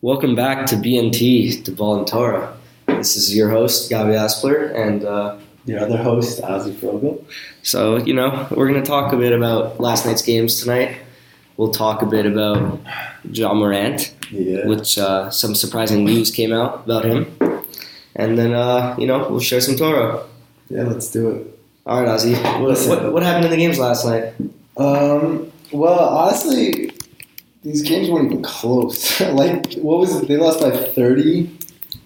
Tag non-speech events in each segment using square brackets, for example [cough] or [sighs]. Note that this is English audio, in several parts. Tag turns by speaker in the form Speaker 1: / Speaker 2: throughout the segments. Speaker 1: Welcome back to BMT, to Voluntora. This is your host, Gabby Aspler, and uh,
Speaker 2: Your other host, Ozzy Frogel.
Speaker 1: so, you know, we're going to talk a bit about last night's games tonight. We'll talk a bit about John Morant,
Speaker 2: Yeah.
Speaker 1: which uh, some surprising news came out about him. And then, uh, you know, we'll share some Toro.
Speaker 2: yeah, let's do it.
Speaker 1: All right, Ozzy. What,
Speaker 2: Listen.
Speaker 1: what, what happened in the games last night?
Speaker 2: Um, well, honestly, these games weren't even close. [laughs] like, what was it? They lost by 30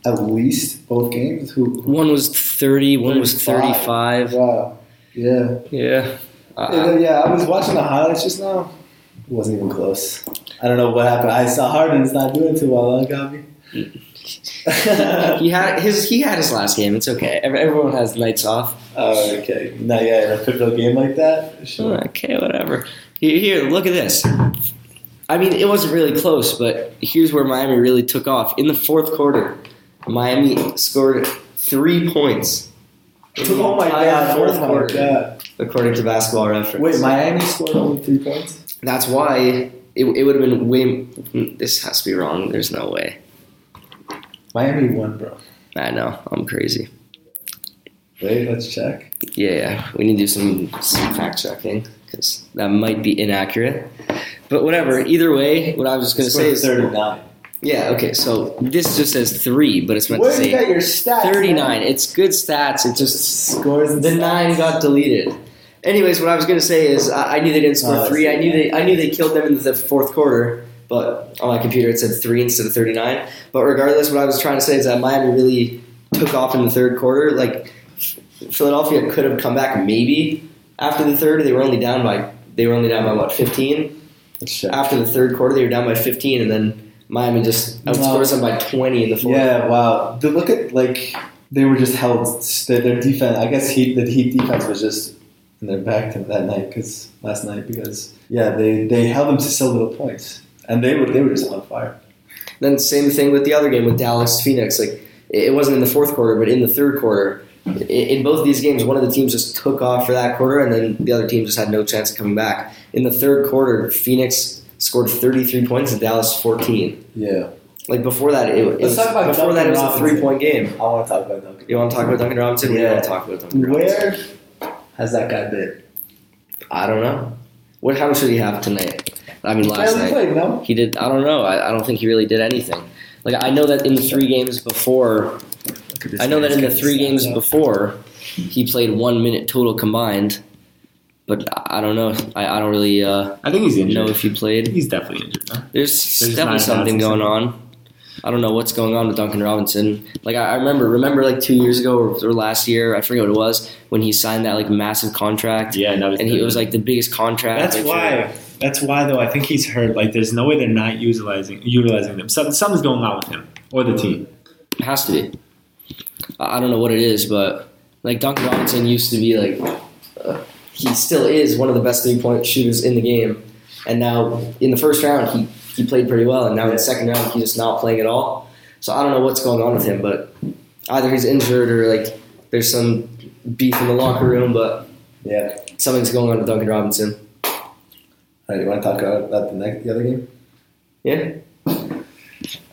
Speaker 2: at least, both games. Who?
Speaker 1: One was 30, one was 35.
Speaker 2: Wow. Yeah.
Speaker 1: Yeah.
Speaker 2: And
Speaker 1: Uh, [laughs]
Speaker 2: then, yeah, I was watching the highlights just now. It wasn't even close. I don't know what happened. I saw Harden's not doing too well, huh, Gabby?
Speaker 1: he had his he had his last game. It's okay. Every- Everyone has nights off.
Speaker 2: [laughs] oh, okay. No, yeah, in a pivotal game like that? Sure.
Speaker 1: Okay, whatever. Here, here, look at this. I mean, it wasn't really close, but here's where Miami really took off. In the fourth quarter, Miami scored three points. in the
Speaker 2: Oh my
Speaker 1: entire
Speaker 2: god,
Speaker 1: Fourth
Speaker 2: oh my
Speaker 1: quarter,
Speaker 2: god.
Speaker 1: according to Basketball Reference.
Speaker 2: Wait, Miami scored only three points?
Speaker 1: That's why it, it would have been way. This has to be wrong. There's no way.
Speaker 2: Miami won, bro.
Speaker 1: I know. I'm crazy.
Speaker 2: Wait, let's check.
Speaker 1: Yeah, we need to do some, some fact checking because that might be inaccurate. But whatever. Either way, what I was going to say is
Speaker 2: thirty-nine.
Speaker 1: Yeah, okay, so this just says three, but it's meant
Speaker 2: Where
Speaker 1: to
Speaker 2: do you get
Speaker 1: say
Speaker 2: your stats?
Speaker 1: 39. It's good stats, it just.
Speaker 2: scores. and
Speaker 1: The
Speaker 2: stats.
Speaker 1: nine got deleted. Anyways, what I was going to say is I, I knew they didn't score
Speaker 2: Oh, I
Speaker 1: three.
Speaker 2: see.
Speaker 1: I knew, they, I knew they killed them in the fourth quarter, but on my computer it said three instead of 39. But regardless, what I was trying to say is that Miami really took off in the third quarter. Like, Philadelphia could have come back maybe after the third. They were only down by. They were only down by what 15
Speaker 2: Let's check.
Speaker 1: after the third quarter, they were down by 15, and then Miami just outscores them by 20 in the fourth.
Speaker 2: Yeah, wow. The look at like they were just held. Their, their defense. I guess heat, the Heat defense was just in their back that night because last night because yeah they, they held them to so little points and they were they were just on fire.
Speaker 1: Then same thing with the other game with Dallas Phoenix. Like it it wasn't in the fourth quarter, but in the third quarter, i- in both these games, one of the teams just took off for that quarter, and then the other team just had no chance of coming back. In the third quarter, Phoenix scored 33 points and Dallas 14.
Speaker 2: Yeah,
Speaker 1: Like before that, it, it
Speaker 2: Let's
Speaker 1: was,
Speaker 2: talk about
Speaker 1: before that it was a
Speaker 2: Duncan
Speaker 1: three point game.
Speaker 2: I want to talk about Duncan.
Speaker 1: You want to talk about Duncan Robinson? We
Speaker 2: Yeah.
Speaker 1: don't talk about Duncan Robinson.
Speaker 2: Where has that guy been?
Speaker 1: I don't know. What? How much did he have tonight? I mean, last
Speaker 2: Barely
Speaker 1: night.
Speaker 2: played, no.
Speaker 1: He did. I don't know. I, I don't think he really did anything. Like I know that in the three games before, I know that in the three games before, he played one minute total combined. But I I don't know. I, I don't really uh,
Speaker 3: I think he's injured.
Speaker 1: know if he played.
Speaker 3: he's definitely injured. Huh?
Speaker 1: There's,
Speaker 3: There's
Speaker 1: definitely
Speaker 3: not
Speaker 1: something
Speaker 3: announced
Speaker 1: going on. I don't know what's going on with Duncan Robinson. Like I, I remember, remember like two years ago or, or last year, I forget what it was when he signed that like massive contract,
Speaker 3: Yeah, that was
Speaker 1: and he it was like the biggest contract.
Speaker 3: That's
Speaker 1: like, for-
Speaker 3: why. That's why though. I think he's hurt. Like, there's no way they're not utilizing utilizing them. Some, something's going on with him or the team.
Speaker 1: It has to be. I I don't know what it is, but like Duncan Robinson used to be like, uh, he still is one of the best three point shooters in the game, and now in the first round he he played pretty well, and now in the second round he's just not playing at all. So I don't know what's going on with him, but either he's injured or like there's some beef in the locker room, but
Speaker 2: Yeah.
Speaker 1: something's going on with Duncan Robinson.
Speaker 2: All right, you want to talk about about the next the other game?
Speaker 1: Yeah.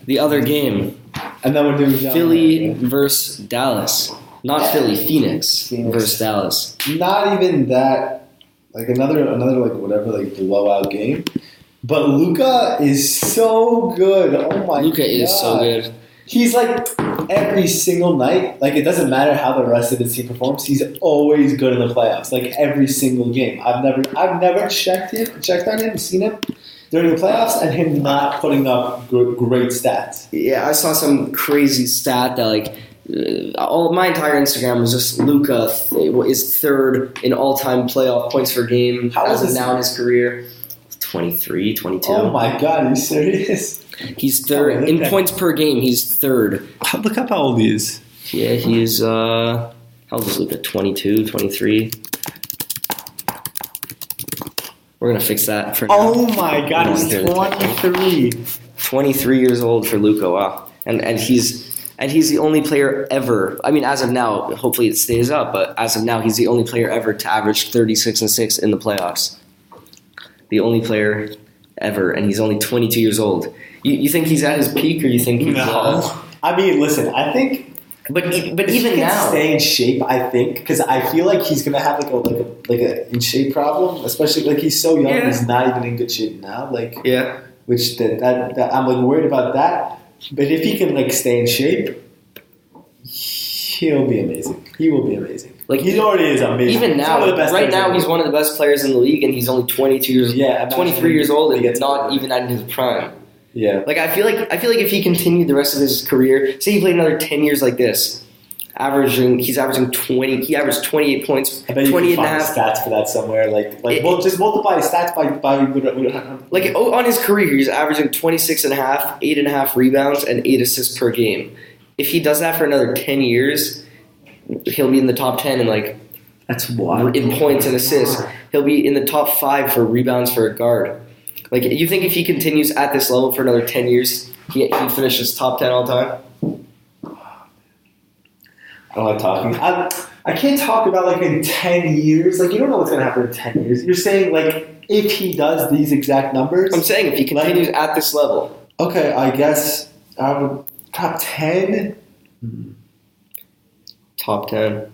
Speaker 1: The other game,
Speaker 2: And then we're doing John
Speaker 1: Philly
Speaker 2: Moran.
Speaker 1: versus Dallas. Not Philly, Phoenix,
Speaker 2: Phoenix.
Speaker 1: versus Dallas.
Speaker 2: Not even that. Like another another like whatever like blowout game. But Luca is so good. Oh my!
Speaker 1: Luca is so
Speaker 2: God.
Speaker 1: good.
Speaker 2: He's like every single night. Like it doesn't matter how the rest of the team performs. He's always good in the playoffs. Like every single game. I've never I've never checked him, checked on him, seen him during the playoffs, and him not putting up gr- great stats.
Speaker 1: Yeah, I saw some crazy stat that like uh, all my entire Instagram was just Luca is third in all time playoff points per game
Speaker 2: How
Speaker 1: as
Speaker 2: is
Speaker 1: of
Speaker 2: this-
Speaker 1: now in his career. 23, 22.
Speaker 2: Oh my God! Are you serious?
Speaker 1: he's third
Speaker 2: Oh, look
Speaker 1: in
Speaker 2: at-
Speaker 1: points per game. He's third.
Speaker 3: Look up how old he is.
Speaker 1: Yeah, he's uh, how old is Luca? 22, 23. We're gonna fix that for now.
Speaker 3: Oh my God, he's
Speaker 1: Dude.
Speaker 3: 23.
Speaker 1: 23 years old for Luca. Wow, and and he's and he's the only player ever. I mean, as of now, hopefully it stays up. But as of now, he's the only player ever to average 36 and six in the playoffs. The only player ever, and he's only 22 years old. You, you think he's at his peak, or you think he's?
Speaker 3: No.
Speaker 1: Uh,
Speaker 2: I mean, listen, I think
Speaker 1: but e- but
Speaker 2: if he
Speaker 1: even
Speaker 2: can
Speaker 1: now,
Speaker 2: stay in shape. I think because I feel like he's gonna have like a like a like a in shape problem, especially like he's so young.
Speaker 1: Yeah.
Speaker 2: He's not even in good shape now. Like
Speaker 1: yeah,
Speaker 2: which that, that, that I'm like worried about that. But if he can like stay in shape, he'll be amazing. He will be amazing.
Speaker 1: Like,
Speaker 2: he already is amazing.
Speaker 1: even
Speaker 2: He's
Speaker 1: now,
Speaker 2: one of the best
Speaker 1: right
Speaker 2: players
Speaker 1: now,
Speaker 2: ever.
Speaker 1: he's one of the best players in the league, and he's only 22 years,
Speaker 2: yeah, imagine
Speaker 1: 23 years old,
Speaker 2: when he
Speaker 1: and
Speaker 2: gets
Speaker 1: not
Speaker 2: older.
Speaker 1: even at his prime.
Speaker 2: yeah.
Speaker 1: Like I feel like I feel like if he continued the rest of his career, say he played another ten years like this, averaging he's averaging twenty he averaged twenty eight points,
Speaker 2: I bet you
Speaker 1: 28
Speaker 2: can
Speaker 1: and a
Speaker 2: find
Speaker 1: half.
Speaker 2: stats for that somewhere. Like like
Speaker 1: It-
Speaker 2: well, just multiply his stats by by. We don't, we don't have-
Speaker 1: like o- on his career he's averaging 26 and a half, eight and a half rebounds and eight assists per game. If he does that for another ten years, he'll be in the top ten in like
Speaker 3: That's
Speaker 1: in points and assists. He'll be in the top five for rebounds for a guard. Like you think if he continues at this level for another ten years, he he finishes top ten all time.
Speaker 2: I don't like talking. I, I can't talk about like in ten years. Like you don't know what's gonna happen in ten years. You're saying like if he does these exact numbers,
Speaker 1: I'm saying if he
Speaker 2: Like-
Speaker 1: continues at this level.
Speaker 2: Okay, I guess I would top ten.
Speaker 1: Top ten.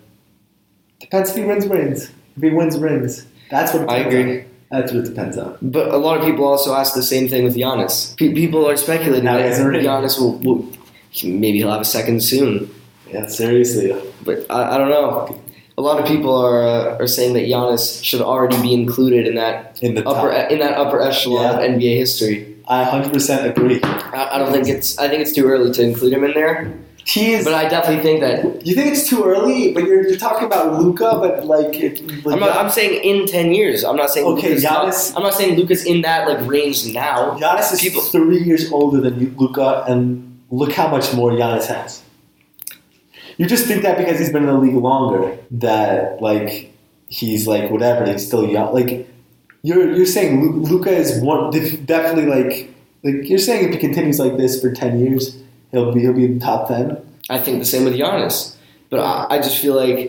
Speaker 2: Depends if he wins, wins. If he wins, wins. That's what it
Speaker 1: I
Speaker 2: depends
Speaker 1: agree.
Speaker 2: On. That's what it depends on.
Speaker 1: But a lot of people also ask the same thing with Giannis. Pe- people are speculating
Speaker 2: Now
Speaker 1: that
Speaker 2: he hasn't written.
Speaker 1: Giannis will, will he- maybe he'll have a second soon.
Speaker 2: Yeah, seriously.
Speaker 1: But I, I don't know. A lot of people are uh, are saying that Giannis should already be included in that
Speaker 2: In the
Speaker 1: upper e,
Speaker 2: top,
Speaker 1: in that upper echelon of NBA history.
Speaker 2: I hundred percent agree.
Speaker 1: I, I don't think it's I think it's too early to include him in there.
Speaker 2: He is.
Speaker 1: But I definitely think that
Speaker 2: you think it's too early, but you're, you're talking about Luca, but like, it, like
Speaker 1: I'm, not, I'm saying in ten years. I'm not saying
Speaker 2: Okay,
Speaker 1: Luka's not-
Speaker 2: Giannis-
Speaker 1: I'm not saying Luca's in that like range now.
Speaker 2: Giannis is
Speaker 1: people-
Speaker 2: three years older than Luca, and look how much more Giannis has. You just think that because he's been in the league longer that like he's like whatever he's still young. Like you're you're saying Luca is one def- definitely like like you're saying if he continues like this for ten years he'll be he'll be in the top ten.
Speaker 1: I think the same with Giannis. But I, I just feel like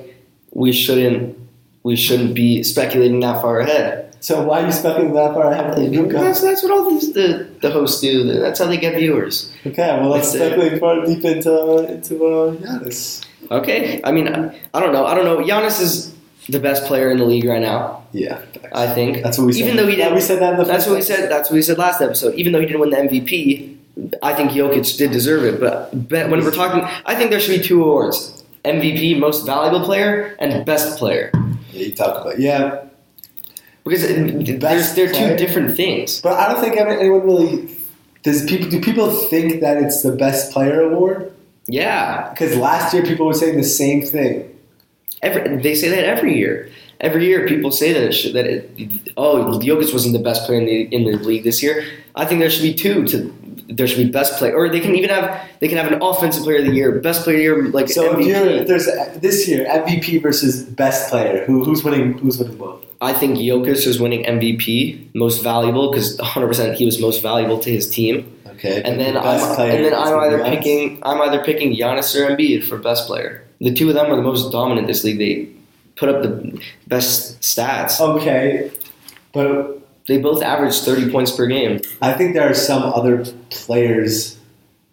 Speaker 1: we shouldn't we shouldn't be speculating that far ahead.
Speaker 2: So why are you speculating that far ahead of Luca?
Speaker 1: That's, that's what all these the, the hosts do. That's how they get viewers.
Speaker 2: Okay, well let's
Speaker 1: That's it.
Speaker 2: speculate far deep into into uh, Giannis.
Speaker 1: Okay, I mean I, I don't know. I don't know. Giannis is the best player in the league right now.
Speaker 2: Yeah,
Speaker 1: I think
Speaker 2: that's what we said.
Speaker 1: Even though he
Speaker 2: yeah,
Speaker 1: didn't-
Speaker 2: we said that in the
Speaker 1: that's
Speaker 2: first
Speaker 1: what we said. That's what we said last episode. Even though he didn't win the MVP, I think Jokic did deserve it. But, but when we're talking, I think there should be two awards: MVP, Most Valuable Player, and Best Player.
Speaker 2: Yeah, you talk about yeah.
Speaker 1: Because it- there's,
Speaker 2: Best
Speaker 1: they're two
Speaker 2: player?
Speaker 1: different things.
Speaker 2: But I don't think any- anyone really does. People do people think that it's the best player award?
Speaker 1: Yeah,
Speaker 2: Because last year people were saying the same thing.
Speaker 1: every, they say that every year. Every year, people say that it should, that it, oh, Jokic wasn't the best player in the in the league this year. I think there should be two. To there should be best player, or they can even have they can have an offensive player of the year, best player of the year, like
Speaker 2: So if you're if
Speaker 1: MVP.
Speaker 2: there's a, this year MVP versus best player, who, who's winning? Who's winning both?
Speaker 1: I think Jokic is winning MVP, most valuable because 100 percent he was most valuable to his team.
Speaker 2: Okay,
Speaker 1: And then I'm and then I'm either picking I'm either picking Giannis or Embiid for best player. The two of them are the most dominant this league. They put up the best stats.
Speaker 2: Okay, but
Speaker 1: They both averaged 30 points per game.
Speaker 2: I think there are some other players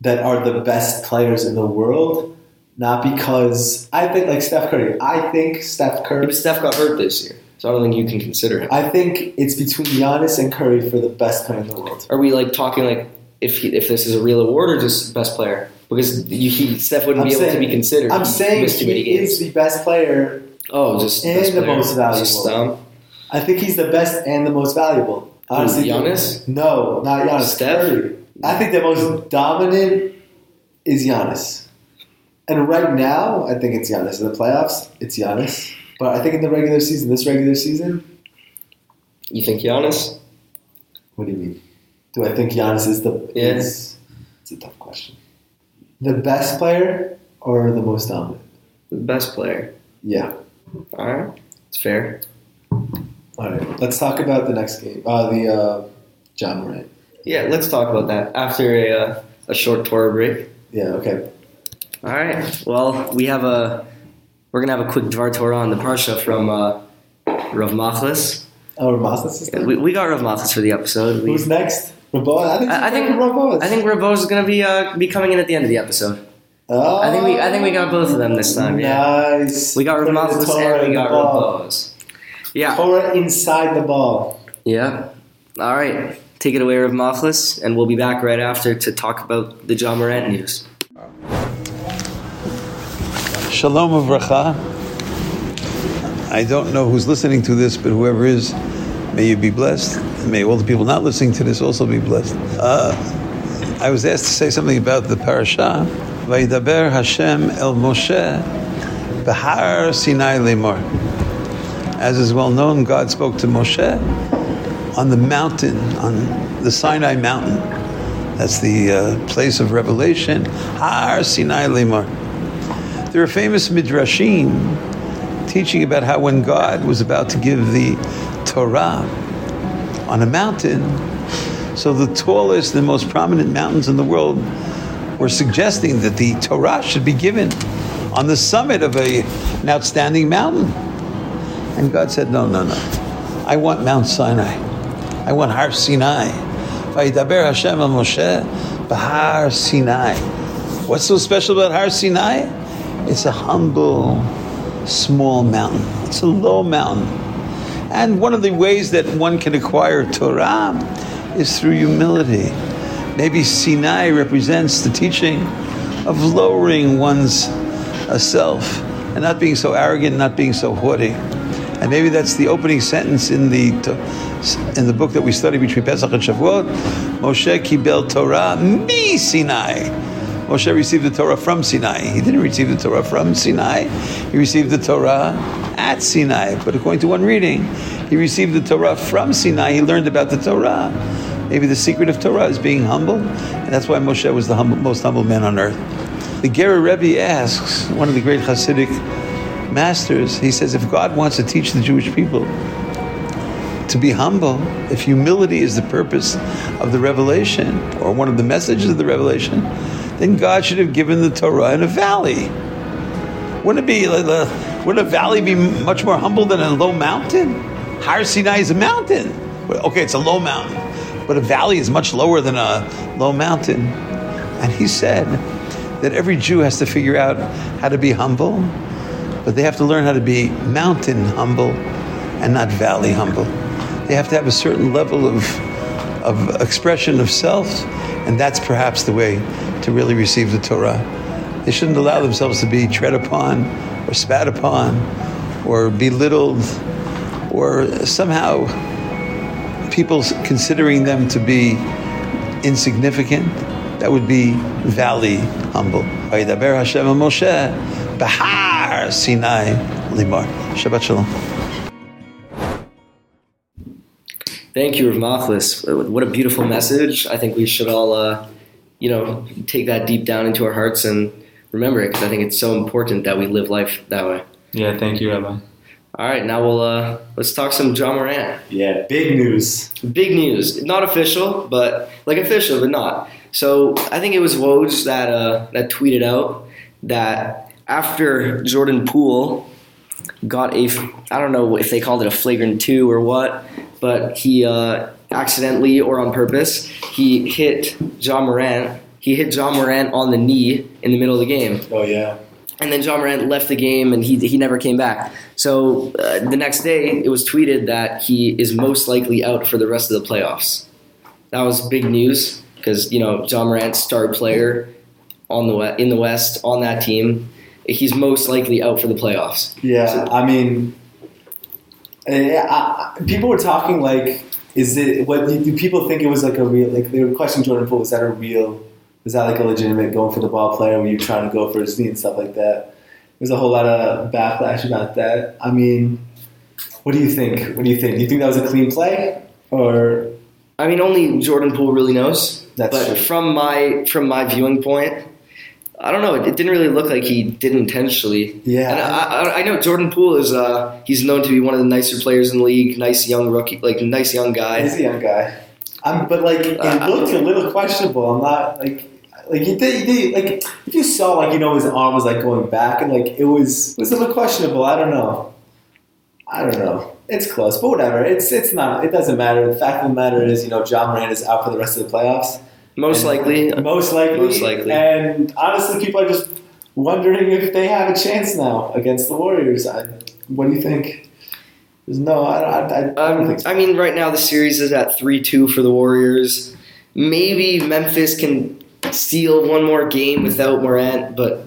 Speaker 2: that are the best players in the world. Not because I think like Steph Curry. I think Steph Curry.
Speaker 1: But Steph got hurt this year, so I don't think you can consider him.
Speaker 2: I think it's between Giannis and Curry for the best player in the world.
Speaker 1: Are we like talking like if he, if this is a real award or just best player? Because you, he, Steph wouldn't
Speaker 2: I'm
Speaker 1: be able to
Speaker 2: saying-
Speaker 1: be considered.
Speaker 2: I'm
Speaker 1: He
Speaker 2: saying
Speaker 1: missed too many
Speaker 2: he
Speaker 1: games.
Speaker 2: is the best player.
Speaker 1: Oh, just
Speaker 2: and
Speaker 1: best
Speaker 2: the
Speaker 1: player.
Speaker 2: most valuable.
Speaker 1: Just, um,
Speaker 2: I think he's the best and the most valuable. Honestly,
Speaker 1: Giannis?
Speaker 2: No, not Giannis.
Speaker 1: Steph?
Speaker 2: Curry. I think the most dominant is Giannis. And right now, I think it's Giannis. In the playoffs, it's Giannis. But I think in the regular season, this regular season,
Speaker 1: you think Giannis?
Speaker 2: what do you mean? Do I think Giannis is the?
Speaker 1: Yeah.
Speaker 2: is- It's a tough question. The best player or the most dominant?
Speaker 1: The best player.
Speaker 2: Yeah.
Speaker 1: All right, it's fair.
Speaker 2: All right, let's talk about the next game. Uh, the uh, John Morant.
Speaker 1: Yeah, let's talk about that after a, uh, a short Torah break.
Speaker 2: Yeah. Okay.
Speaker 1: All right. Well, we have a we're gonna have a quick Dvar Torah on the parsha from uh, Rav Machlis.
Speaker 2: Oh, Ramaz's sister.
Speaker 1: We, we got Rav Machlis for the episode. We,
Speaker 2: Who's next? Raboa. I think.
Speaker 1: I- I think-
Speaker 2: Raboa.
Speaker 1: I think Rabo is gonna be uh, be coming in at the end of the episode.
Speaker 2: Oh,
Speaker 1: I think we I think we got both of them this time. Yeah,
Speaker 2: Nice.
Speaker 1: we got Rav
Speaker 2: Put the
Speaker 1: Machlis
Speaker 2: Torah
Speaker 1: and
Speaker 2: in
Speaker 1: we
Speaker 2: the
Speaker 1: got
Speaker 2: ball.
Speaker 1: Rav Machlis. Yeah.
Speaker 2: Torah inside the ball.
Speaker 1: Yeah. All right. Take it away, Rav Machlis, and we'll be back right after to talk about the John Morant news.
Speaker 4: Shalom Avracha. I don't know who's listening to this, but whoever is, may you be blessed. And may all the people not listening to this also be blessed. Uh, I was asked to say something about the parasha. Vaidaber Hashem el Moshe Behar Sinai Lemor. As is well known, God spoke to Moshe on the mountain, on the Sinai mountain. That's the uh, place of revelation. Har Sinai Lemor. There are famous midrashim teaching about how when God was about to give the Torah on a mountain, so the tallest and most prominent mountains in the world were suggesting that the Torah should be given on the summit of a, an outstanding mountain. And God said, No, no, no. I want Mount Sinai. I want Har Sinai. Vayidaber Hashem el Moshe b'Har Sinai. What's so special about Har Sinai? It's a humble, small mountain. It's a low mountain. And one of the ways that one can acquire Torah is through humility. Maybe Sinai represents the teaching of lowering one's uh, self and not being so arrogant, not being so haughty. And maybe that's the opening sentence in the in the book that we study between Pesach and Shavuot. Moshe kibel Torah mi Sinai. Moshe received the Torah from Sinai. He didn't receive the Torah from Sinai. He received the Torah at Sinai. But according to one reading, he received the Torah from Sinai. He learned about the Torah. Maybe the secret of Torah is being humble, and that's why Moshe was the humble, most humble man on earth. The Gerer Rebbe asks, one of the great Hasidic masters, he says, if God wants to teach the Jewish people to be humble, if humility is the purpose of the revelation or one of the messages of the revelation, then God should have given the Torah in a valley. Wouldn't it be like the, wouldn't a valley be much more humble than a low mountain? Har Sinai is a mountain. Well, Okay, it's a low mountain, but a valley is much lower than a low mountain. And he said that every Jew has to figure out how to be humble, but they have to learn how to be mountain humble and not valley humble. They have to have a certain level of of expression of self, and that's perhaps the way to really receive the Torah. They shouldn't allow themselves to be tread upon, or spat upon, or belittled, or somehow people considering them to be insignificant. That would be valley humble. Vayidaber Hashem el Moshe Bahar Sinai Limar. Shabbat Shalom.
Speaker 1: Thank you, Rav Machlis. What a beautiful message. I think we should all, uh, you know, take that deep down into our hearts and remember it because I think it's so important that we live life that way.
Speaker 3: Yeah, thank you, Rabbi.
Speaker 1: All right, now we'll uh, let's talk some John Morant.
Speaker 2: Yeah.
Speaker 3: Big news.
Speaker 1: Big news, not official, but like official, but not. So I think it was Woj that uh, that tweeted out that after Jordan Poole got a f- I don't know if they called it a flagrant two or what, but he uh, accidentally or on purpose he hit John Morant. He hit John Morant on the knee in the middle of the game
Speaker 2: Oh yeah.
Speaker 1: and then John Morant left the game and he, he never came back. So uh, the next day, it was tweeted that he is most likely out for the rest of the playoffs. That was big news because you know John Morant, star player on the we- in the West on that team, he's most likely out for the playoffs.
Speaker 2: Yeah,
Speaker 1: So-
Speaker 2: I mean, eh, I, I- people were talking like, is it what do do people think it was like a real like they were questioning Jordan Poole? Is that a real? Is that like a legitimate going for the ball player? Were you trying to go for his knee and stuff like that? There's a whole lot of backlash about that. I mean, what do you think? What do you think? Do you think that was a clean play or?
Speaker 1: I mean, only Jordan Poole really knows.
Speaker 2: That's
Speaker 1: but
Speaker 2: true.
Speaker 1: from my from my viewing point, I don't know. It, it didn't really look like he did intentionally.
Speaker 2: Yeah.
Speaker 1: And I, I, I know Jordan Poole is. Uh, he's known to be one of the nicer players in the league. Nice young rookie, like nice young
Speaker 2: He's
Speaker 1: guy.
Speaker 2: a young guy. I'm, but like it
Speaker 1: Uh,
Speaker 2: looked a little questionable. I'm not like like you did, you did like if you saw like you know his arm was like going back and like it was it was a little questionable. I don't know. I don't know. It's close, but whatever. It's it's not. It doesn't matter. The fact of the matter is, you know, John Moran is out for the rest of the playoffs.
Speaker 1: Most
Speaker 2: And-
Speaker 1: likely.
Speaker 2: Most likely.
Speaker 1: Most likely.
Speaker 2: And honestly, people are just wondering if they have a chance now against the Warriors. I, what do you think? There's no. I, I, I, I don't
Speaker 1: Um,
Speaker 2: think so.
Speaker 1: I mean, right now the series is at three two for the Warriors. Maybe Memphis can steal one more game without Morant, but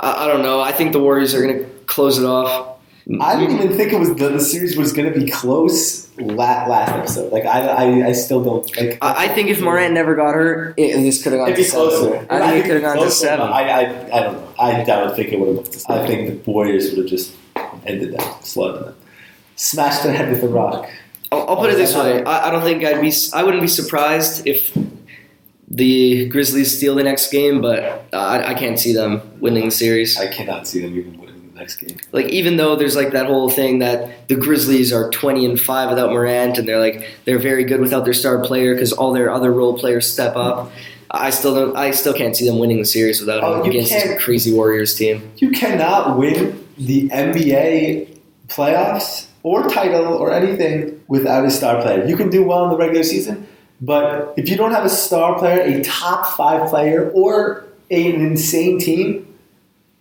Speaker 1: I, I don't know. I think the Warriors are going to close it off.
Speaker 2: I didn't even think it was the, the series was going to be close la- last episode. Like I, I, I still don't like.
Speaker 1: I I think if Morant never got hurt, it, this could have gone
Speaker 2: It'd
Speaker 1: to
Speaker 2: be
Speaker 1: seven.
Speaker 2: closer.
Speaker 1: I think it could have gone to
Speaker 2: Closer, but
Speaker 1: seven.
Speaker 2: I, I, I don't know. I don't think it would have. I think the Warriors would have just ended that, slowed them, smashed their head with a rock.
Speaker 1: I'll, I'll put
Speaker 2: Oh,
Speaker 1: it this way: I, I don't think I'd be, s- I wouldn't be surprised if the Grizzlies steal the next game, but I, I can't see them winning the series.
Speaker 2: I cannot see them even winning the next game.
Speaker 1: Like, even though there's like that whole thing that the Grizzlies are 20 and five without Morant, and they're like they're very good without their star player because all their other role players step up. I still don't. I still can't see them winning the series without
Speaker 2: Oh,
Speaker 1: him
Speaker 2: you
Speaker 1: against this
Speaker 2: can't-
Speaker 1: crazy Warriors team.
Speaker 2: You cannot win the NBA playoffs or title or anything without a star player. You can do well in the regular season, but if you don't have a star player, a top five player, or an insane team,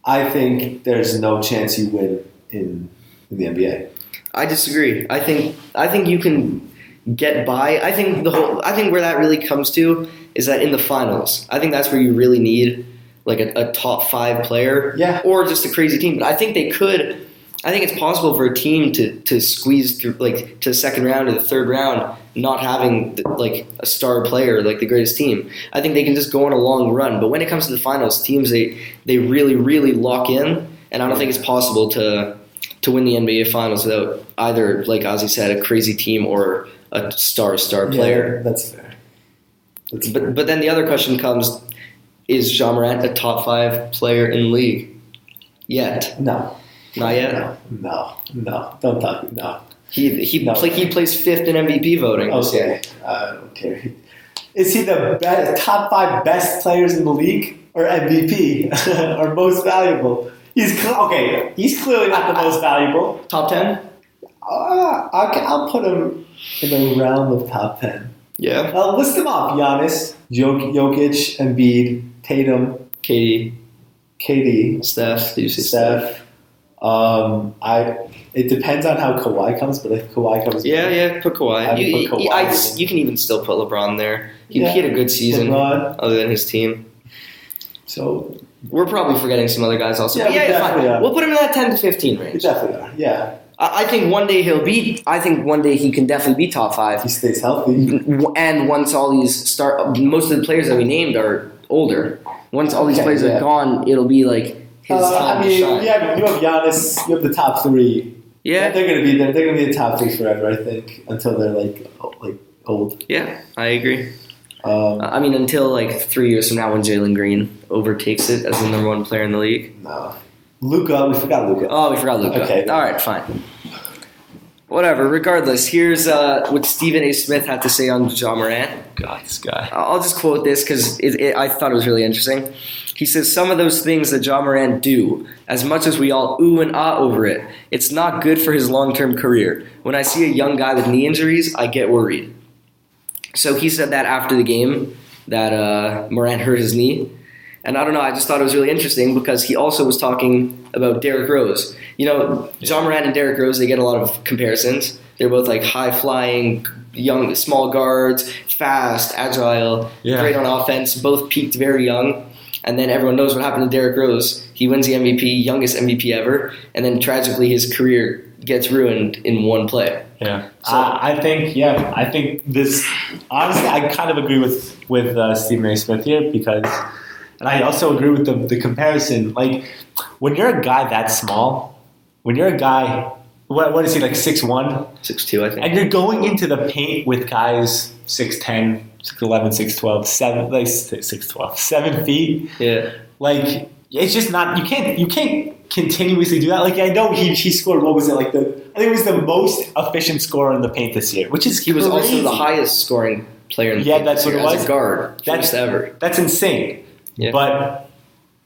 Speaker 2: I think there's no chance you win in, in the NBA.
Speaker 1: I disagree. I think I think you can get by. I think the whole I think where that really comes to is that in the finals. I think that's where you really need like a, a top five player.
Speaker 2: Yeah.
Speaker 1: Or just a crazy team. But I think they could I think it's possible for a team to, to squeeze through like to the second round or the third round not having like a star player like the greatest team. I think they can just go on a long run. But when it comes to the finals, teams they they really, really lock in and I don't think it's possible to to win the NBA Finals without either, like Ozzy said, a crazy team or a star star player.
Speaker 2: Yeah, that's fair. That's fair.
Speaker 1: But but then the other question comes: Is Jean Morant a top five player in the league? Yet,
Speaker 2: No,
Speaker 1: not yet.
Speaker 2: no, no, no. Don't talk. No.
Speaker 1: He he
Speaker 2: No.
Speaker 1: pla- he plays fifth in MVP voting.
Speaker 2: Okay. I don't care. Is he the best, top five best players in the league, or MVP, [laughs] or most valuable? He's cl- okay. He's clearly not the most valuable.
Speaker 1: Top ten?
Speaker 2: Uh, I'll, I'll put him in the realm of top ten.
Speaker 1: Yeah.
Speaker 2: I'll list them off: Giannis, Jok- Jokic, Embiid, Tatum,
Speaker 1: Katie,
Speaker 2: KD,
Speaker 1: Steph. Did you say Steph?
Speaker 2: Steph. Um, I. It depends on how Kawhi comes, but if Kawhi comes,
Speaker 1: Yeah, yeah. Put Kawhi.
Speaker 2: I'd
Speaker 1: You,
Speaker 2: put
Speaker 1: you- I-
Speaker 2: Kawhi.
Speaker 1: you can even still put LeBron there. He, he had a good season,
Speaker 2: LeBron.
Speaker 1: other than his team.
Speaker 2: So
Speaker 1: We're probably forgetting some other guys also.
Speaker 2: Yeah,
Speaker 1: But
Speaker 2: we
Speaker 1: Yeah, yeah, fine.
Speaker 2: definitely are.
Speaker 1: We'll put him in that 10 to 15
Speaker 2: we
Speaker 1: range.
Speaker 2: definitely are. Yeah,
Speaker 1: I, I think one day he'll be. I think one day he can definitely be top
Speaker 2: if he
Speaker 1: five.
Speaker 2: stays healthy.
Speaker 1: And once all these start, most of the players that we named are older. Once all these
Speaker 2: Okay,
Speaker 1: players
Speaker 2: yeah.
Speaker 1: are gone, it'll be like his
Speaker 2: Uh,
Speaker 1: time
Speaker 2: I
Speaker 1: to
Speaker 2: mean,
Speaker 1: shine.
Speaker 2: you have you have Giannis, you have the top three.
Speaker 1: yeah,
Speaker 2: they're gonna be there. They're gonna be the top three forever, I think, until they're like o- like old.
Speaker 1: yeah, I agree.
Speaker 2: Um,
Speaker 1: I mean, until like three years from now, when Jalen Green overtakes it as the number one player in the league.
Speaker 2: no, Luca, we forgot Luca.
Speaker 1: Oh, we forgot Luca.
Speaker 2: Okay.
Speaker 1: All right, fine. Whatever. Regardless, here's uh, what Stephen A. Smith had to say on John Morant.
Speaker 3: God, this guy.
Speaker 1: I'll just quote this because it, it, I thought it was really interesting. He says, Some of those things that John Moran do, as much as we all ooh and ah over it, it's not good for his long term career. When I see a young guy with knee injuries, I get worried. So he said that after the game that uh, Moran hurt his knee. And I don't know, I just thought it was really interesting because he also was talking about Derrick Rose. You know, John Moran and Derrick Rose, they get a lot of comparisons. They're both like high flying, young, small guards, fast, agile,
Speaker 3: Yeah.
Speaker 1: great on offense, both peaked very young. And then everyone knows what happened to Derrick Rose. He wins the MVP, youngest MVP ever, and then tragically his career gets ruined in one play.
Speaker 3: Yeah.
Speaker 1: So-
Speaker 3: I, I think, yeah, I think this, honestly, I kind of agree with, with uh, Stephen A. Smith here because, and I also agree with the, the comparison. Like, when you're a guy that small, when you're a guy, what, what is he, like six one?
Speaker 1: 6'2, I think.
Speaker 3: And you're going into the paint with guys 6'10, 6'11, 6'12, 7, like 6'12, 7 feet.
Speaker 1: yeah.
Speaker 3: Like it's just not you can't you can't continuously do that. Like I know he he scored what was it like the I think it was the most efficient scorer in the paint this year, which is
Speaker 1: He was also the
Speaker 3: crazy.
Speaker 1: highest scoring player in the
Speaker 3: Yeah,
Speaker 1: league
Speaker 3: that's
Speaker 1: this
Speaker 3: what
Speaker 1: year
Speaker 3: it
Speaker 1: as
Speaker 3: was.
Speaker 1: a guard.
Speaker 3: That's-
Speaker 1: First ever.
Speaker 3: That's insane.
Speaker 1: Yeah.
Speaker 3: But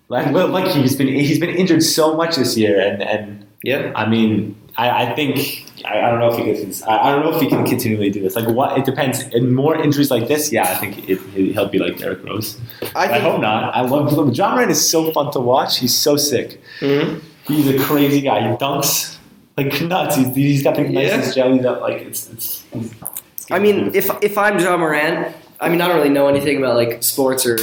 Speaker 3: like well, like he's been he's been injured so much this year, and and
Speaker 1: Yeah.
Speaker 3: I mean I, I think I, I don't know if he can I, I don't know if he can continually do this. Like what it depends. And more injuries like this, yeah, I think it, he'll be like Derrick Rose.
Speaker 1: I
Speaker 3: I,
Speaker 1: think
Speaker 3: hope not. I love him. John Moran is so fun to watch. He's so sick.
Speaker 1: Mhm.
Speaker 3: He's a crazy guy. He dunks like nuts. He's, he's got the
Speaker 1: Yeah.
Speaker 3: nicest jelly that like it's. it's, it's
Speaker 1: I mean, if if I'm John Moran, I mean I don't really know anything about like sports or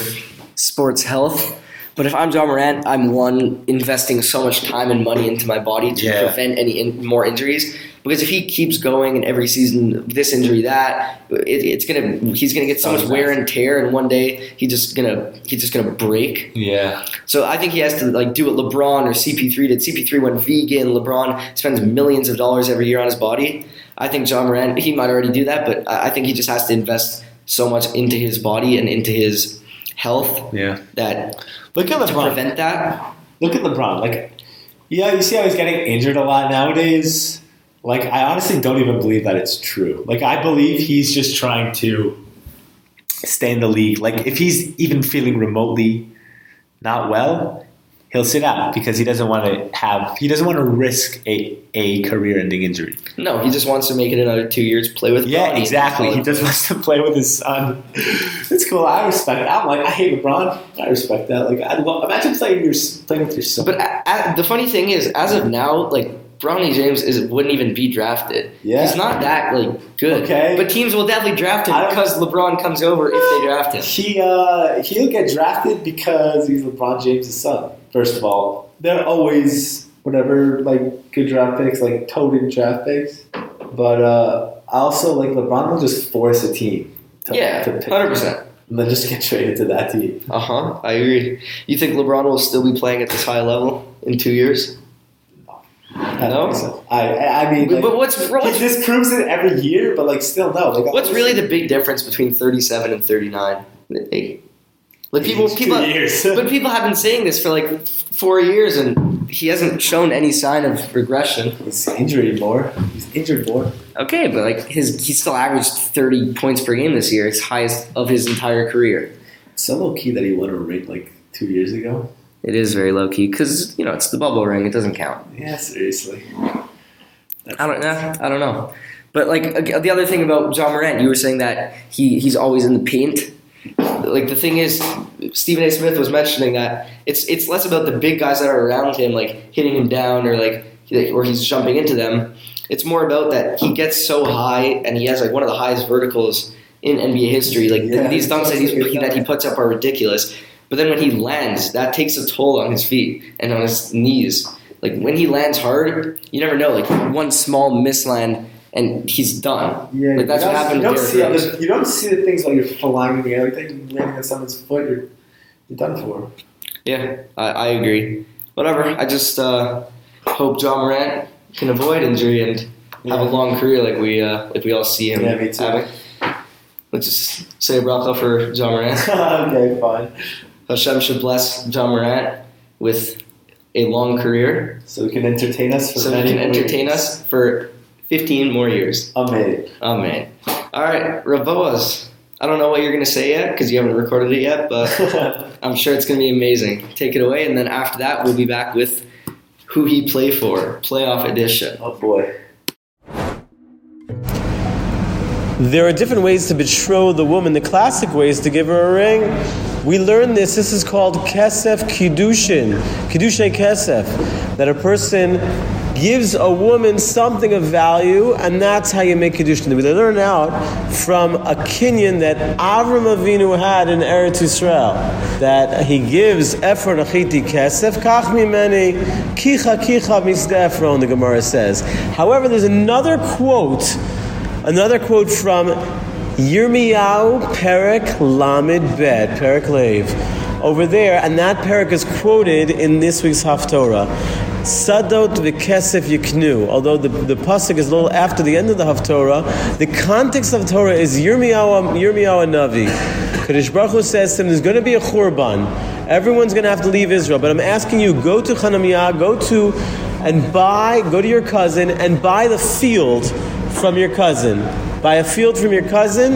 Speaker 1: sports health, but if I'm John Moran, I'm one investing so much time and money into my body to
Speaker 3: Yeah.
Speaker 1: prevent any in, more injuries. Because if he keeps going and every season this injury that, it, it's gonna he's gonna get so much wear and tear, and one day he just gonna he's just gonna break.
Speaker 3: yeah,
Speaker 1: So I think he has to like do what LeBron or CP3 did. CP3 went vegan. LeBron spends millions of dollars every year on his body. I think John Moran he might already do that, but I I think he just has to invest so much into his body and into his health
Speaker 3: yeah.
Speaker 1: that
Speaker 3: Look at
Speaker 1: to
Speaker 3: LeBron.
Speaker 1: prevent that.
Speaker 3: Look at LeBron. Like, yeah, you see how he's getting injured a lot nowadays. Like, I honestly don't even believe that it's true. Like, I believe he's just trying to stay in the league. Like, if he's even feeling remotely not well, he'll sit out because he doesn't want to have he doesn't want to risk a a career ending injury.
Speaker 1: No, he just wants to make it another two years, play with LeBron,
Speaker 3: Yeah,
Speaker 1: and
Speaker 3: exactly.
Speaker 1: call
Speaker 3: He
Speaker 1: it-
Speaker 3: just wants to play with his son. It's cool. I respect. It. I'm like, I hate LeBron. I respect that. Like, I love. Imagine playing your playing with your son.
Speaker 1: But a, a, the funny thing is, as of now, like Bronny James is wouldn't even be drafted.
Speaker 3: Yeah.
Speaker 1: he's not that like good.
Speaker 3: Okay.
Speaker 1: but teams will definitely draft him
Speaker 3: I don't-
Speaker 1: because LeBron comes over if they draft him.
Speaker 3: He uh, he'll get drafted because he's LeBron James' son. First of all,
Speaker 2: They're always whatever, like good draft picks, like toted draft picks. But uh, also, like LeBron will just force a team. To,
Speaker 1: Yeah,
Speaker 2: to pick
Speaker 1: hundred percent.
Speaker 2: and then just get traded to that team.
Speaker 1: Uh huh. I agree. You think LeBron will still be playing at this high level in two years?
Speaker 2: I
Speaker 1: No?
Speaker 2: don't think so. I, I I mean, like,
Speaker 1: but what's
Speaker 2: he
Speaker 1: what's,
Speaker 2: just proves it every year, but like still no. Like,
Speaker 1: what's really the big difference between thirty-seven and thirty-nine? Like people,
Speaker 3: it's two
Speaker 1: people,
Speaker 2: [laughs]
Speaker 3: years.
Speaker 1: but people have been saying this for like four years, and he hasn't shown any sign of regression.
Speaker 2: he's injured more. He's injured more.
Speaker 1: Okay, but like his, he still averaged thirty points per game this year, his highest of his entire career.
Speaker 2: So low key that he won a ring like two years ago.
Speaker 1: It is very low key because you know it's the bubble ring; it doesn't count.
Speaker 2: Yeah, seriously.
Speaker 1: I don't know. I don't know. But like ag- the other thing about John Morant, you were saying that he he's always in the paint. Like the thing is, Stephen A. Smith was mentioning that it's it's less about the big guys that are around him, like hitting him down or like he- or he's jumping into them. It's more about that he gets so high and he has like one of the highest verticals in NBA history. Like
Speaker 2: Yeah.
Speaker 1: these dunks that, he's, that he puts up are ridiculous. But then when he lands, that takes a toll on his feet and on his knees. Like when he lands hard, you never know. Like one small misland and he's done.
Speaker 2: Yeah,
Speaker 1: Like, that's
Speaker 2: you
Speaker 1: what
Speaker 2: don't-
Speaker 1: happened
Speaker 2: You
Speaker 1: to
Speaker 2: don't, see
Speaker 1: Derrick
Speaker 2: other, you don't see the things while you're flying in the air like that. You landing on someone's foot, you're, you're done for.
Speaker 1: Yeah, I, I agree. Whatever. I just uh, hope John Morant can avoid injury and have a long career like we uh, like we all see him
Speaker 2: Yeah, me too.
Speaker 1: having. Let's just say a bracha for John Morant.
Speaker 2: [laughs] okay, fine.
Speaker 1: Hashem should bless John Morant with a long career
Speaker 2: So you can entertain us for
Speaker 1: so he
Speaker 2: many
Speaker 1: can entertain
Speaker 2: years.
Speaker 1: us for 15 more years.
Speaker 2: Amen.
Speaker 1: Oh, man. All right, Raboas. I don't know what you're going to say yet because you haven't recorded it yet,
Speaker 2: [laughs]
Speaker 1: but I'm sure it's going to be amazing. Take it away, and then after that, we'll be back with who he played for, playoff edition.
Speaker 2: [laughs] oh boy.
Speaker 5: There are different ways to betroth a woman. The classic way is to give her a ring. We learn this. This is called kesef kiddushin, kiddushay kesef, that a person gives a woman something of value, and that's how you make kiddushin. We learn out from a kinyan that Avram Avinu had in Eretz Yisrael, that he gives Ephron achiti kesef kach mimeni kicha kicha misda Ephron. The Gemara says. However, there's another quote. Another quote from Yirmiyahu Perik Lamed Bet, Perik Lev, over there, and that Perik is quoted in this week's Haftorah. Sadot v'kesef yiknu. Although the, the pasuk is a little after the end of the Haftorah, the context of the Torah is Yirmiyahu, Yirmiyahu Navi. Kadosh Baruch Hu says to him, "There's going to be a churban." Everyone's going to have to leave Israel. But I'm asking you, go to Hanamiah, go to and buy, go to your cousin and buy the field from your cousin. Buy a field from your cousin,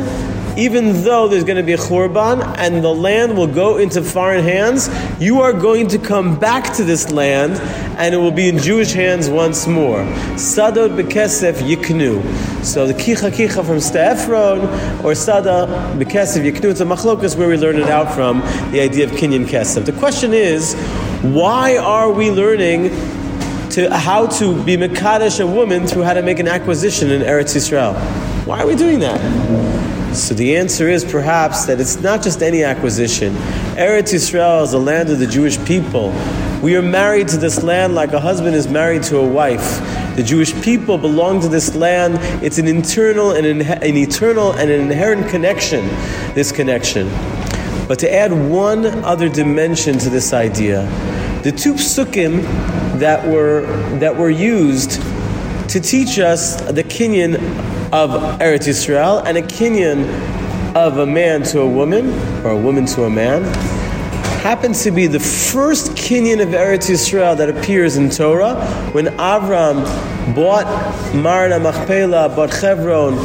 Speaker 5: even though there's going to be a churban and the land will go into foreign hands. You are going to come back to this land and it will be in Jewish hands once more. Sadot bekesef yiknu. So the kicha kicha from Ste'efron or sada bekesef yiknu. It's a machlokas where we learn it out from the idea of Kenyan kesef. The question is, why are we learning to how to be mekadesh a woman through how to make an acquisition in Eretz Yisrael. Why are we doing that? So the answer is perhaps that it's not just any acquisition. Eretz Yisrael is the land of the Jewish people. We are married to this land like a husband is married to a wife. The Jewish people belong to this land. It's an internal and an, an eternal and an inherent connection. This connection. But to add one other dimension to this idea, the two psukim that were that were used to teach us the kinyan of Eretz Yisrael and a kinyan of a man to a woman or a woman to a man happens to be the first kinyan of Eretz Yisrael that appears in Torah when Avram bought Marna Machpelah, bought Hebron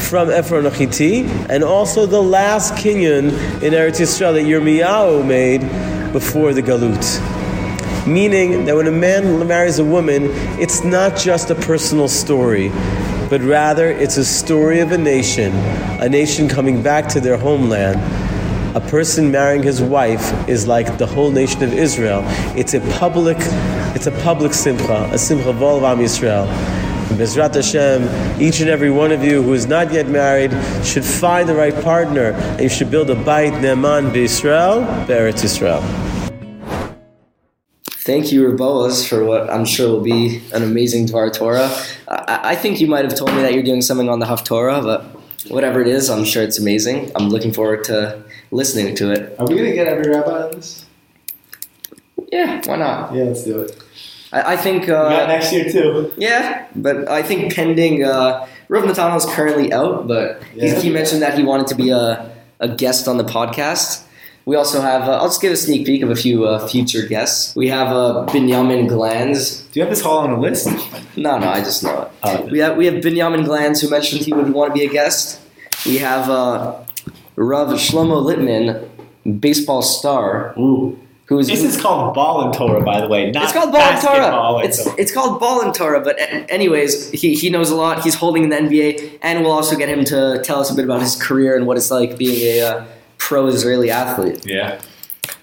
Speaker 5: from Ephron Achiti, and also the last kinyan in Eretz Yisrael that Yirmiyahu made before the Galut. Meaning that when a man marries a woman, it's not just a personal story, but rather it's a story of a nation, a nation coming back to their homeland. A person marrying his wife is like the whole nation of Israel. It's a public, it's a public simcha, a simcha of all of Am Yisrael. And Bezrat Hashem, each and every one of you who is not yet married should find the right partner and you should build a bait ne'man b'Yisrael, b'Eretz Yisrael.
Speaker 1: Thank you, Raboas, for what I'm sure will be an amazing Dvar Torah. I, I think you might have told me that you're doing something on the Haftorah, but whatever it is, I'm sure it's amazing. I'm looking forward to listening to it.
Speaker 2: Are we gonna get every rabbi on this?
Speaker 1: Yeah, why not?
Speaker 2: Yeah, let's do it.
Speaker 1: I, I think.
Speaker 2: We got
Speaker 1: Uh,
Speaker 2: next year too.
Speaker 1: yeah, but I think pending. Uh, Rav Natano is currently out, but
Speaker 2: Yeah.
Speaker 1: he, he mentioned that he wanted to be a, a guest on the podcast. We also have. Uh, I'll just give a sneak peek of a few uh, future guests. We have uh, Binyamin Glanz,
Speaker 2: Do you have this all on a list?
Speaker 1: No, no, I just know it.
Speaker 2: Oh.
Speaker 1: we have we have Binyamin Glanz who mentioned he would want to be a guest. We have uh, Rav Shlomo Littman, baseball star,
Speaker 2: Ooh.
Speaker 1: who is.
Speaker 3: This is called Ball and Torah, by the way. Not
Speaker 1: it's called Ball and
Speaker 3: basketball
Speaker 1: Torah.
Speaker 3: and
Speaker 1: It's,
Speaker 3: Torah.
Speaker 1: it's called Ball and Torah, but a- anyways, he, he knows a lot. He's holding in the NBA, and we'll also get him to tell us a bit about his career and what it's like being a uh, pro Israeli athlete.
Speaker 3: yeah.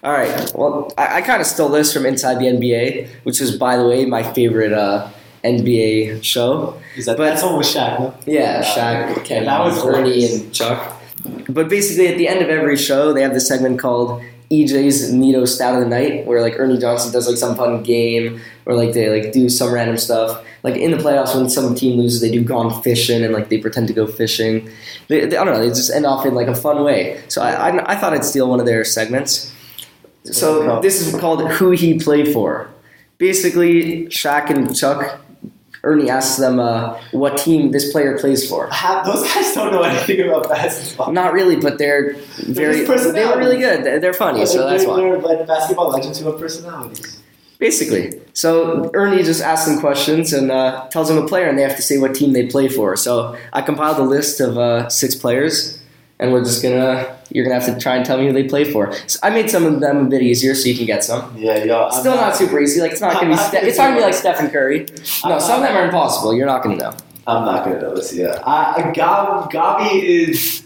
Speaker 1: All right. Well, I, I kind of stole this from Inside the NBA, which is, by the way, my favorite uh, NBA show.
Speaker 2: Is that,
Speaker 1: But-
Speaker 2: that's one with Shaq, no?
Speaker 1: Yeah, Shaq, Ken,
Speaker 2: That was
Speaker 1: Ernie,
Speaker 2: hilarious.
Speaker 1: and Chuck. But basically, at the end of every show, they have this segment called EJ's Neato Stat of the Night, where like Ernie Johnson does like some fun game, or like they like do some random stuff. Like in the playoffs, when some team loses, they do gone fishing, and like they pretend to go fishing. They, they- I don't know. They just end off in like a fun way. So I, I, I thought I'd steal one of their segments. So this is called Who He Played For. Basically, Shaq and Chuck. Ernie asks them uh, what team this player plays for.
Speaker 3: Uh,
Speaker 2: Half, those guys don't know anything about basketball.
Speaker 1: Not really, but they're very.
Speaker 2: just
Speaker 1: They were
Speaker 2: personalities.
Speaker 1: really good. They're, they're funny, so that's
Speaker 2: they're,
Speaker 1: why.
Speaker 2: they're like basketball legends who have personalities.
Speaker 1: Basically, so Ernie just asks them questions and uh, tells them a player, and they have to say what team they play for. So I compiled a list of uh, six players, and we're just gonna. You're gonna have to try and tell me who they play for. So I made some of them a bit easier, so you can get some.
Speaker 2: Yeah, yo. I'm
Speaker 1: Still not super easy. Like it's not gonna be. Ste- it's not gonna be like Stephen Curry. No, some of them are impossible. You're not gonna know.
Speaker 2: I'm not gonna know this yet. Uh, Gab, Gabi is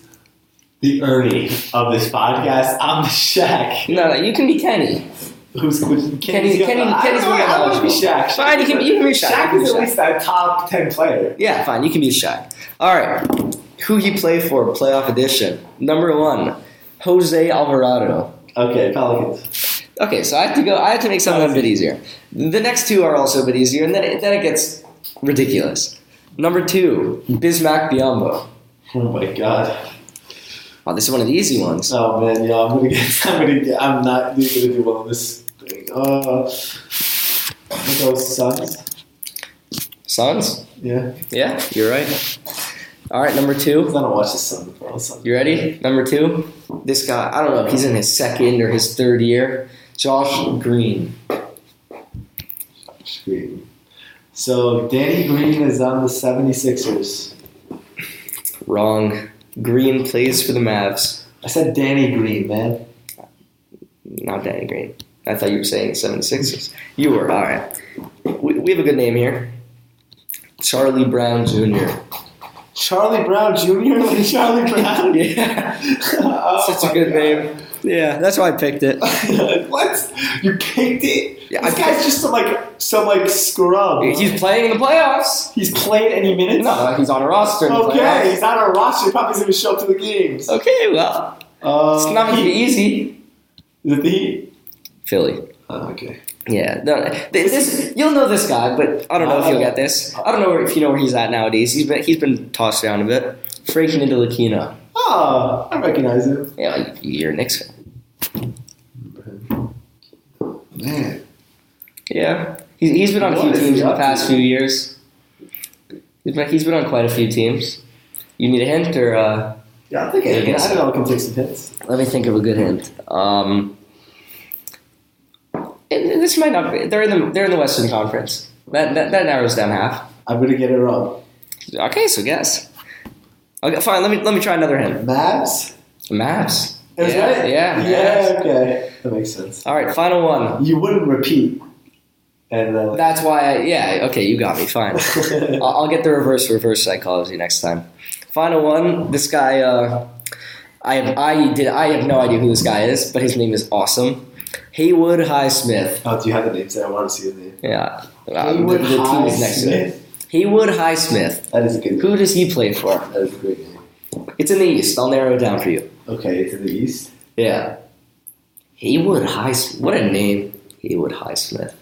Speaker 2: the Ernie of this podcast. I'm the Shaq.
Speaker 1: No, no, you can be Kenny.
Speaker 2: Who's who's-
Speaker 1: Kenny-
Speaker 2: Kenny's gonna-
Speaker 1: Kenny-
Speaker 2: I don't
Speaker 1: Kenny's
Speaker 2: know,
Speaker 1: more
Speaker 2: I wanna be
Speaker 1: knowledgeable.
Speaker 2: Shaq.
Speaker 1: Fine, you can be- you can be Shaq, you
Speaker 2: Shaq
Speaker 1: can be
Speaker 2: is at
Speaker 1: Shaq.
Speaker 2: least a top ten player.
Speaker 1: Yeah, fine. You can be Shaq. All right. Who he play for? Playoff edition. Number one, Jose Alvarado.
Speaker 2: Okay, Pelicans.
Speaker 1: Okay, so I have to go. I have to make some of them a bit easier. The next two are also a bit easier, and then it, then it gets ridiculous. Number two, Bismack Biombo.
Speaker 2: Oh my god.
Speaker 1: Oh, this is one of the easy ones.
Speaker 2: Oh man, yo, I'm gonna get. [laughs] I'm gonna get. I'm not gonna do well on this thing. Uh, I go Suns.
Speaker 1: Sons?
Speaker 2: Yeah,
Speaker 1: Yeah, you're right. All right, number two.
Speaker 2: I don't watch the Suns. before. Suns.
Speaker 1: You ready? Number two, this guy, I don't know if he's in his second or his third year. Josh Green.
Speaker 2: Green. So Danny Green is on the 76ers.
Speaker 1: Wrong. Green plays for the Mavs.
Speaker 2: I said Danny Green, man.
Speaker 1: Not Danny Green. I thought you were saying 76ers. You were. All right. We, we have a good name here. Charlie Brown Jr.
Speaker 2: Charlie Brown Jr. Like [laughs] Charlie Brown.
Speaker 1: [laughs]
Speaker 2: [laughs]
Speaker 1: Yeah.
Speaker 2: Oh
Speaker 1: Such
Speaker 2: my
Speaker 1: a good
Speaker 2: God.
Speaker 1: name. Yeah, that's why I picked it.
Speaker 2: [laughs] what? You picked it?
Speaker 1: Yeah,
Speaker 2: this
Speaker 1: I-
Speaker 2: guy's just some like some like scrub.
Speaker 1: He's playing in the playoffs.
Speaker 2: He's played any minutes?
Speaker 1: No, he's on a roster. in the
Speaker 2: Okay, he's
Speaker 1: playoffs.
Speaker 2: on our roster. He probably doesn't even show up to the games.
Speaker 1: Okay, well, it's
Speaker 2: Um,
Speaker 1: not going to be
Speaker 2: Heat.
Speaker 1: easy.
Speaker 2: Is it the Heat?
Speaker 1: Philly.
Speaker 2: Oh, okay.
Speaker 1: Yeah, no, th- this you'll know this guy, but I don't know if you'll get this. I don't know if you know where he's at nowadays. He's been he's been tossed around a bit. Frank Ntilikina.
Speaker 2: Oh, I recognize him.
Speaker 1: Yeah, you're a Knicks. fan.
Speaker 2: Man,
Speaker 1: Yeah, he's, he's been on a few
Speaker 2: What is
Speaker 1: teams
Speaker 2: he
Speaker 1: in the
Speaker 2: up to?
Speaker 1: past few years. He's been, he's been on quite a few teams. You need a hint, or uh,
Speaker 2: yeah, I think I,
Speaker 1: Yeah, I
Speaker 2: I
Speaker 1: guess.
Speaker 2: don't know. I can take some hits.
Speaker 1: let me think of a good hint. Um, and this might not be. They're in the they're in the Western Conference. That that, that narrows down half.
Speaker 2: I'm gonna get it wrong.
Speaker 1: Okay, so guess. Okay, fine. Let me let me try another hint.
Speaker 2: Mavs.
Speaker 1: Maps.
Speaker 2: Is
Speaker 1: yeah,
Speaker 2: that it?
Speaker 1: Yeah.
Speaker 2: Yeah.
Speaker 1: Mavs.
Speaker 2: Okay, that makes sense.
Speaker 1: All right, final one.
Speaker 2: You wouldn't repeat. And uh,
Speaker 1: That's why. I, yeah. Okay, you got me. Fine. I'll, I'll get the reverse reverse psychology next time. Final one. This guy. Uh, I have I did I have no idea who this guy is, but his name is awesome. Haywood Highsmith.
Speaker 2: [laughs] oh, do you have the names? there? I want to see the name.
Speaker 1: Yeah. Um, the,
Speaker 2: Haywood
Speaker 1: the team is next to it.
Speaker 2: Highsmith.
Speaker 1: Haywood Highsmith.
Speaker 2: That is a good.
Speaker 1: Who does he play for?
Speaker 2: That is a great name.
Speaker 1: It's in the East. I'll narrow it down for you.
Speaker 2: Okay, it's in the East.
Speaker 1: Yeah. Haywood Highsmith. What a name. Haywood Highsmith.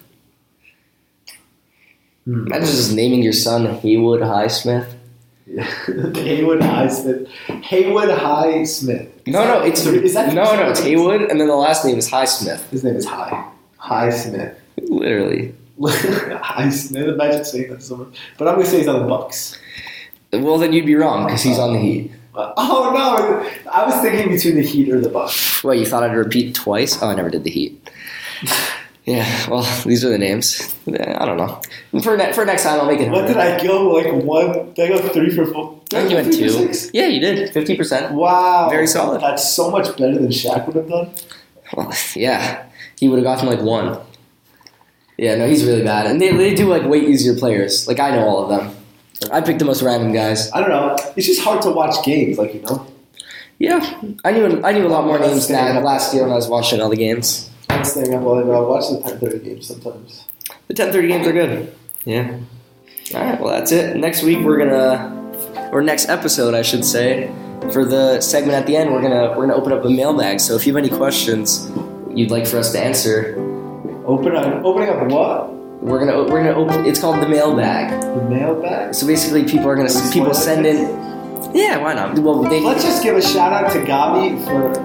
Speaker 2: Hmm.
Speaker 1: Imagine just naming your son Haywood Highsmith.
Speaker 2: [laughs] Haywood Highsmith. Haywood Highsmith.
Speaker 1: No, no, it's
Speaker 2: Sorry, is that-
Speaker 1: no, no, it's Haywood, and then the last name is Highsmith.
Speaker 2: His name is High. [laughs] Highsmith.
Speaker 1: Literally.
Speaker 2: Highsmith. Imagine saying that to someone. But I'm gonna say he's on the Bucks.
Speaker 1: Well, then you'd be wrong because he's on the Heat.
Speaker 2: Oh no! I was thinking between the Heat or the Bucks.
Speaker 1: What you thought I'd repeat twice? Oh, I never did the Heat. [sighs] Yeah, well, these are the names. Yeah, I don't know. For ne- for next time, I'll make it.
Speaker 2: What did I go like one? Did I go three for four? Did
Speaker 1: I
Speaker 2: I
Speaker 1: think
Speaker 2: go
Speaker 1: you went
Speaker 2: three for
Speaker 1: two.
Speaker 2: six?
Speaker 1: Yeah, you did. Fifty percent.
Speaker 2: Wow!
Speaker 1: Very solid.
Speaker 2: That's so much better than Shaq would have done.
Speaker 1: Well, yeah, he would have gotten like one. Yeah, no, he's really bad, and they they do like way easier players. Like I know all of them. I picked the most random guys.
Speaker 2: I don't know. It's just hard to watch games, like you know.
Speaker 1: Yeah, I knew I knew a lot more names than last year when I was watching all the games.
Speaker 2: I'm staying up all night, but I watch the 10:30 games sometimes.
Speaker 1: The ten thirty games are good. Yeah. All right. Well, that's it. Next week we're gonna, or next episode, I should say, for the segment at the end, we're gonna we're gonna open up a mailbag. So if you have any questions you'd like for us to answer,
Speaker 2: Open up, opening up what?
Speaker 1: we're gonna we're gonna open. It's called the mailbag.
Speaker 2: The mailbag.
Speaker 1: So basically, people are gonna people send in. Yeah, why not? Well, they
Speaker 2: Let's just give a shout out to Gabi for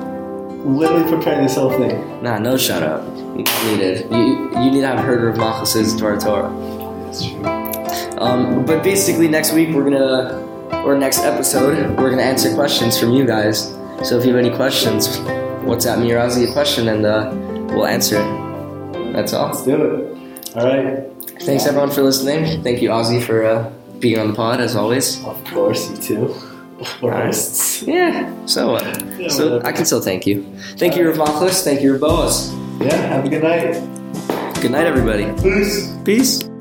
Speaker 2: literally preparing this whole thing.
Speaker 1: nah, no shout out. Not needed. You you need to have heard of Machas's Tortora.
Speaker 2: That's true.
Speaker 1: Um, but basically, next week we're gonna, or next episode, we're gonna answer questions from you guys. So if you have any questions, what's at Mirazi a question, and uh, we'll answer it. That's all.
Speaker 2: Let's do it. All right.
Speaker 1: Thanks everyone for listening. Thank you, Ozzy, for uh, being on the pod as always.
Speaker 2: Of course, you too. Of course.
Speaker 1: Yeah. So, uh,
Speaker 2: Yeah,
Speaker 1: so
Speaker 2: whatever.
Speaker 1: I can still thank you. Thank you, Ravachlis. Thank you, Boas.
Speaker 2: Yeah. Have a good night.
Speaker 1: Good night, everybody.
Speaker 2: Peace.
Speaker 1: Peace.